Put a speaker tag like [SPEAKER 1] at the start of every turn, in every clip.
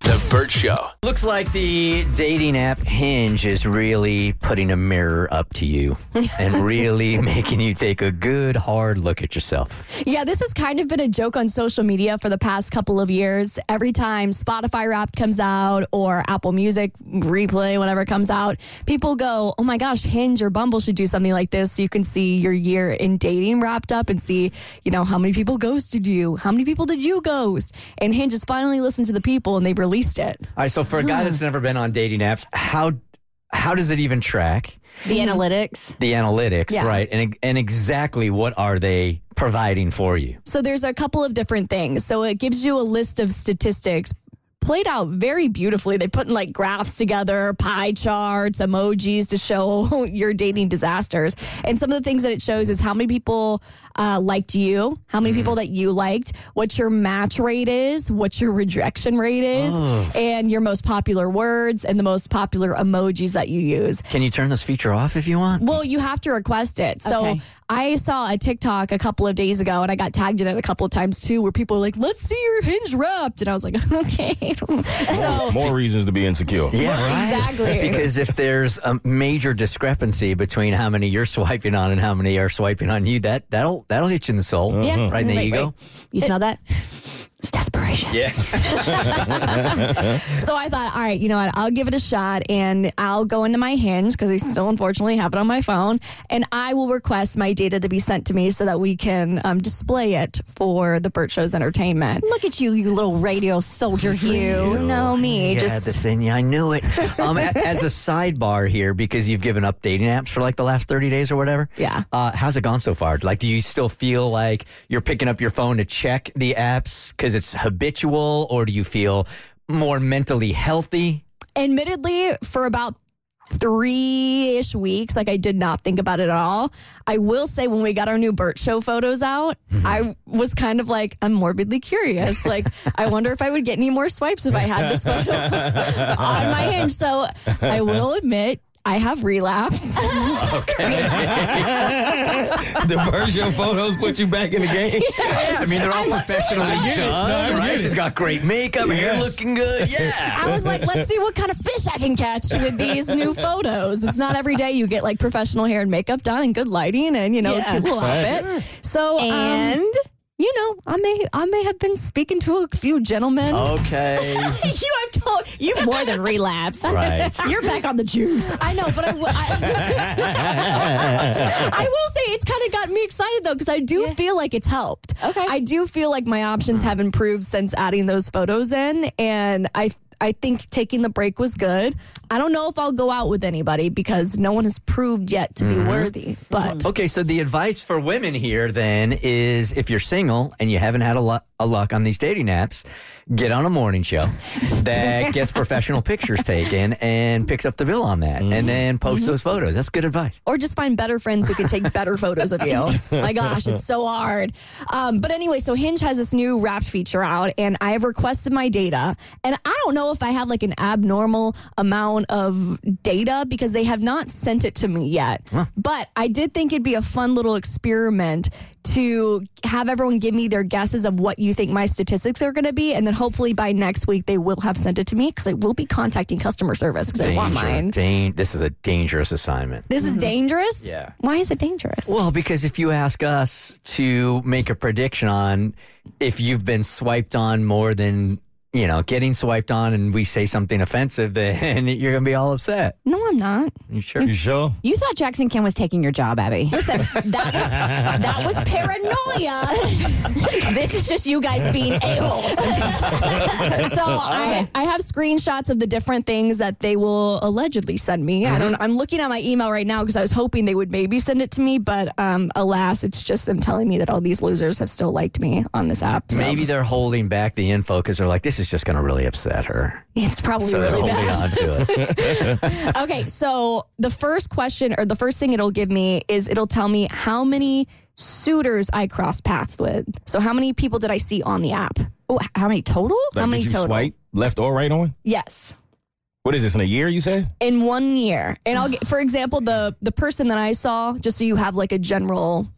[SPEAKER 1] The Burt Show.
[SPEAKER 2] Looks like the dating app Hinge is really putting a mirror up to you and really making you take a good hard look at yourself.
[SPEAKER 3] Yeah, this has kind of been a joke on social media for the past couple of years. Every time Spotify Wrapped comes out or Apple Music Replay, whatever comes out, people go, "Oh my gosh, Hinge or Bumble should do something like this." So you can see your year in dating wrapped up and see, you know, how many people ghosted you, how many people did you ghost, and Hinge has finally listened to the people and they released it.
[SPEAKER 2] All right, so for a guy that's never been on dating apps, how how does it even track
[SPEAKER 4] The
[SPEAKER 3] Mm-hmm.
[SPEAKER 4] analytics.
[SPEAKER 2] the analytics,
[SPEAKER 3] Yeah.
[SPEAKER 2] right? And e-, and exactly what are they providing for you?
[SPEAKER 3] So there's a couple of different things. So it gives you a list of statistics played out very beautifully. They put in like graphs together, pie charts, emojis to show your dating disasters. And some of the things that it shows is how many people uh, liked you, how many people that you liked, what your match rate is, what your rejection rate is, and your most popular words and the most popular emojis that you use.
[SPEAKER 2] Can you turn this feature off if you want?
[SPEAKER 3] Well, you have to request it. So
[SPEAKER 4] Okay.
[SPEAKER 3] I saw a TikTok a couple of days ago and I got tagged in it a couple of times too, where people were like, let's see your hinge wrapped. And I was like, okay. so
[SPEAKER 5] More reasons to be insecure.
[SPEAKER 2] Yeah,
[SPEAKER 3] exactly.
[SPEAKER 2] Because if there's a major discrepancy between how many you're swiping on and how many are swiping on you, that that'll that'll hit you in the soul.
[SPEAKER 3] Yeah.
[SPEAKER 2] Right in the
[SPEAKER 4] Wait,
[SPEAKER 2] ego.
[SPEAKER 4] wait. You smell that? It's desperation.
[SPEAKER 2] Yeah.
[SPEAKER 3] so I thought, all right, you know what? I'll give it a shot and I'll go into my hinge because I still unfortunately have it on my phone and I will request my data to be sent to me so that we can um, display it for the Burt Show's entertainment.
[SPEAKER 4] Look at you, you little radio soldier,
[SPEAKER 3] You
[SPEAKER 4] you.
[SPEAKER 3] know me.
[SPEAKER 2] Yeah,
[SPEAKER 3] just
[SPEAKER 2] this in you. I knew it. Um, a- as a sidebar here, because you've given up dating apps for like the last thirty days or whatever.
[SPEAKER 3] Yeah.
[SPEAKER 2] Uh, how's it gone so far? Like, do you still feel like you're picking up your phone to check the apps because it's habitual, or do you feel more mentally healthy?
[SPEAKER 3] admittedly for about three-ish weeks like i did not think about it at all i will say when we got our new burt show photos out i was kind of like i'm morbidly curious like i wonder if i would get any more swipes if i had this photo on my hinge so i will admit i have relapsed
[SPEAKER 5] the version photos put you back in the game.
[SPEAKER 2] I mean, they're all professionally
[SPEAKER 5] I get it. No, I
[SPEAKER 2] done,
[SPEAKER 5] get
[SPEAKER 2] right?
[SPEAKER 5] it.
[SPEAKER 2] She's got great makeup, hair
[SPEAKER 5] Yes.
[SPEAKER 2] looking good. Yeah.
[SPEAKER 3] I was like, let's see what kind of fish I can catch with these new photos. It's not every day you get like professional hair and makeup done and good lighting and you know a
[SPEAKER 4] Yeah.
[SPEAKER 3] cute little outfit. So um,
[SPEAKER 4] And
[SPEAKER 3] you know, I may I may have been speaking to a few gentlemen.
[SPEAKER 2] Oh. Okay.
[SPEAKER 4] you have told you have more than relapsed.
[SPEAKER 2] Right.
[SPEAKER 4] You're back on the juice.
[SPEAKER 3] I know, but I wi- I- I will say it's kind of got me excited though because I do feel like it's helped.
[SPEAKER 4] Okay.
[SPEAKER 3] I do feel like my options have improved since adding those photos in, and I I think taking the break was good. I don't know if I'll go out with anybody because no one has proved yet to be worthy, but.
[SPEAKER 2] Okay, so the advice for women here then is if you're single and you haven't had a, lu- a luck on these dating apps, get on a morning show that gets professional pictures taken and picks up the bill on that and then posts those photos. That's good advice.
[SPEAKER 3] or just find better friends who can take better photos of you. My gosh, it's so hard. Um, but anyway, so Hinge has this new Wrapped feature out, and I have requested my data, and I don't know if I have like an abnormal amount of data because they have not sent it to me yet. But I did think it'd be a fun little experiment to have everyone give me their guesses of what you think my statistics are going to be and then hopefully by next week they will have sent it to me because i will be contacting customer service because i want mine
[SPEAKER 2] Dan- this is a dangerous assignment.
[SPEAKER 3] this is dangerous.
[SPEAKER 2] Yeah.
[SPEAKER 3] Why is it dangerous?
[SPEAKER 2] Well, because if you ask us to make a prediction on if you've been swiped on more than, you know, getting swiped on and we say something offensive, then you're going to be all upset.
[SPEAKER 3] no, I'm not.
[SPEAKER 2] You sure?
[SPEAKER 5] You sure?
[SPEAKER 4] You thought Jackson Kim was taking your job, Abby.
[SPEAKER 3] Listen, that was that was paranoia. this is just you guys being a holes. so I, I have screenshots of the different things that they will allegedly send me. I don't. I'm looking at my email right now because I was hoping they would maybe send it to me, but um, alas, it's just them telling me that all these losers have still liked me on this app. so-
[SPEAKER 2] Maybe they're holding back the info because they're like, this is is just going to really upset her.
[SPEAKER 3] It's probably
[SPEAKER 2] So
[SPEAKER 3] really
[SPEAKER 2] holding
[SPEAKER 3] bad.
[SPEAKER 2] on to it.
[SPEAKER 3] Okay, so the first question or the first thing it'll give me is it'll tell me how many suitors I crossed paths with. So how many people did I see on the app?
[SPEAKER 4] Oh, how many total?
[SPEAKER 3] How
[SPEAKER 5] did
[SPEAKER 3] many
[SPEAKER 5] you
[SPEAKER 3] total?
[SPEAKER 5] swipe left or right on?
[SPEAKER 3] Yes.
[SPEAKER 5] What is this in a year? You said
[SPEAKER 3] In one year. And I'll get for example the the person that I saw just so you have like a general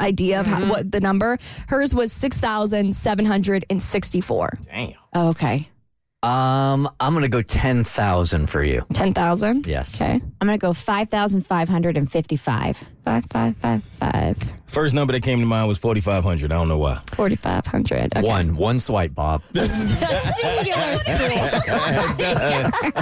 [SPEAKER 3] idea of
[SPEAKER 4] Mm-hmm.
[SPEAKER 3] how, what the number hers was 6764.
[SPEAKER 5] damn.
[SPEAKER 4] Oh, okay.
[SPEAKER 2] Um, I'm going to go 10,000 for you.
[SPEAKER 3] 10,000.
[SPEAKER 2] Yes.
[SPEAKER 3] Okay.
[SPEAKER 4] I'm going to go 5,555.
[SPEAKER 3] 5555
[SPEAKER 5] First number that came to mind was forty five hundred. I don't know why.
[SPEAKER 3] 4500. Okay.
[SPEAKER 2] One, one swipe, Bob.
[SPEAKER 3] Singular sweet.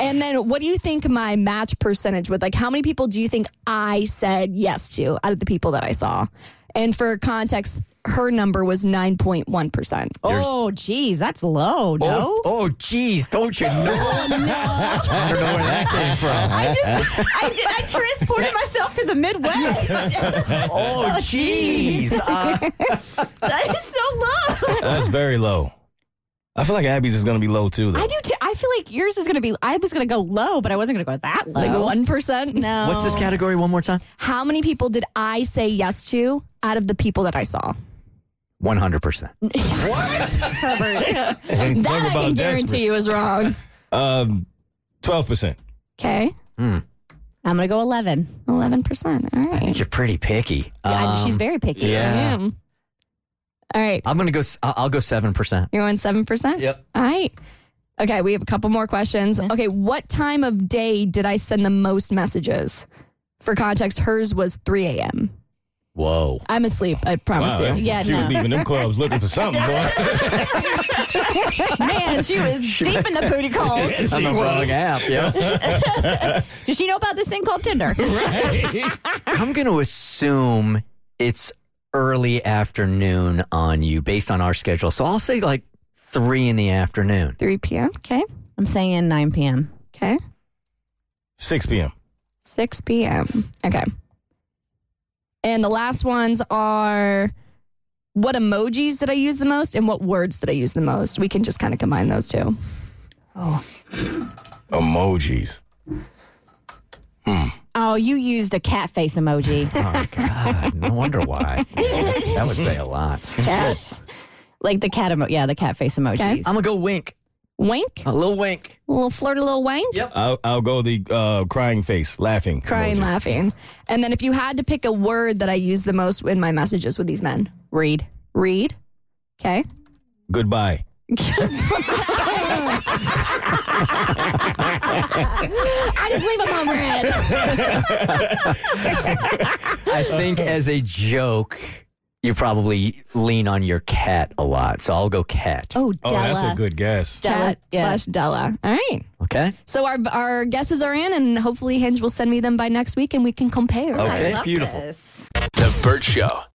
[SPEAKER 3] and then what do you think my match percentage with like how many people do you think I said yes to out of the people that I saw? And for context, her number was 9.1%.
[SPEAKER 4] Oh, geez, that's low,
[SPEAKER 2] Oh,
[SPEAKER 4] no?
[SPEAKER 2] oh, geez, don't you know?
[SPEAKER 3] No.
[SPEAKER 2] I don't know where that came from.
[SPEAKER 4] I just, I, did, I transported myself to the Midwest.
[SPEAKER 2] Oh, geez. Uh,
[SPEAKER 4] that is so low.
[SPEAKER 5] That's very low. I feel like Abby's is going to be low too. Though.
[SPEAKER 4] I do too. I feel like yours is going to be, I was going to go low, but I wasn't going to go that low.
[SPEAKER 3] Like 1%?
[SPEAKER 4] no.
[SPEAKER 2] what's this category one more time?
[SPEAKER 3] How many people did I say yes to out of the people that I saw?
[SPEAKER 2] 100%.
[SPEAKER 5] And talk
[SPEAKER 3] That I
[SPEAKER 5] about desperate.
[SPEAKER 3] can guarantee you is wrong.
[SPEAKER 5] Um, twelve percent.
[SPEAKER 3] Okay.
[SPEAKER 4] I'm going to go 11.
[SPEAKER 3] 11%. All right.
[SPEAKER 2] You're pretty picky.
[SPEAKER 4] I- she's
[SPEAKER 2] Um,
[SPEAKER 4] very picky.
[SPEAKER 2] yeah.
[SPEAKER 3] Damn. All right.
[SPEAKER 2] I'm going to go, s- I- I'll go 7%.
[SPEAKER 3] You're on 7%?
[SPEAKER 2] Yep.
[SPEAKER 3] All right. Okay, we have a couple more questions. Okay, what time of day did I send the most messages? For context, hers was 3 a.m.
[SPEAKER 2] Whoa.
[SPEAKER 3] I'm asleep, I promise you.
[SPEAKER 4] Yeah,
[SPEAKER 5] she was
[SPEAKER 4] no.
[SPEAKER 5] leaving them clubs looking for something, boy.
[SPEAKER 4] Man, she was deep in the booty calls.
[SPEAKER 2] I'm the wrong app. Yeah.
[SPEAKER 4] Does she know about this thing called Tinder?
[SPEAKER 2] I'm going to assume it's early afternoon on you based on our schedule. So I'll say like three in the afternoon.
[SPEAKER 3] 3 p.m. Okay,
[SPEAKER 4] I'm saying 9 p.m.
[SPEAKER 3] okay.
[SPEAKER 5] Six p.m.
[SPEAKER 3] 6 p.m. Okay. And the last ones are what emojis did I use the most and what words did I use the most? We can just kind of combine those two.
[SPEAKER 5] Emojis.
[SPEAKER 4] Oh, you used a cat face emoji.
[SPEAKER 2] Oh, God. No wonder why. That would say a lot.
[SPEAKER 3] Cat,
[SPEAKER 4] like the cat emo- yeah, the cat face emojis.
[SPEAKER 2] I'm going to go wink.
[SPEAKER 3] wink,
[SPEAKER 2] A little wink.
[SPEAKER 3] a little flirt, a little wank.
[SPEAKER 5] I'll, I'll go the uh, crying face, laughing.
[SPEAKER 3] crying,
[SPEAKER 5] emoji.
[SPEAKER 3] laughing. And then if you had to pick a word that I use the most in my messages with these men,
[SPEAKER 4] Read.
[SPEAKER 3] read. Okay.
[SPEAKER 5] Goodbye.
[SPEAKER 3] I just leave them on red.
[SPEAKER 2] I think as a joke, you probably lean on your cat a lot. So I'll go cat.
[SPEAKER 4] Oh,
[SPEAKER 5] Oh,
[SPEAKER 4] Della.
[SPEAKER 5] that's a good guess.
[SPEAKER 4] Della,
[SPEAKER 3] Cat
[SPEAKER 4] yeah.
[SPEAKER 3] slash Della. All right.
[SPEAKER 2] Okay.
[SPEAKER 3] So our our guesses are in, and hopefully Hinge will send me them by next week, and we can compare.
[SPEAKER 2] Okay. Beautiful.
[SPEAKER 4] Yes.
[SPEAKER 1] The Burt Show.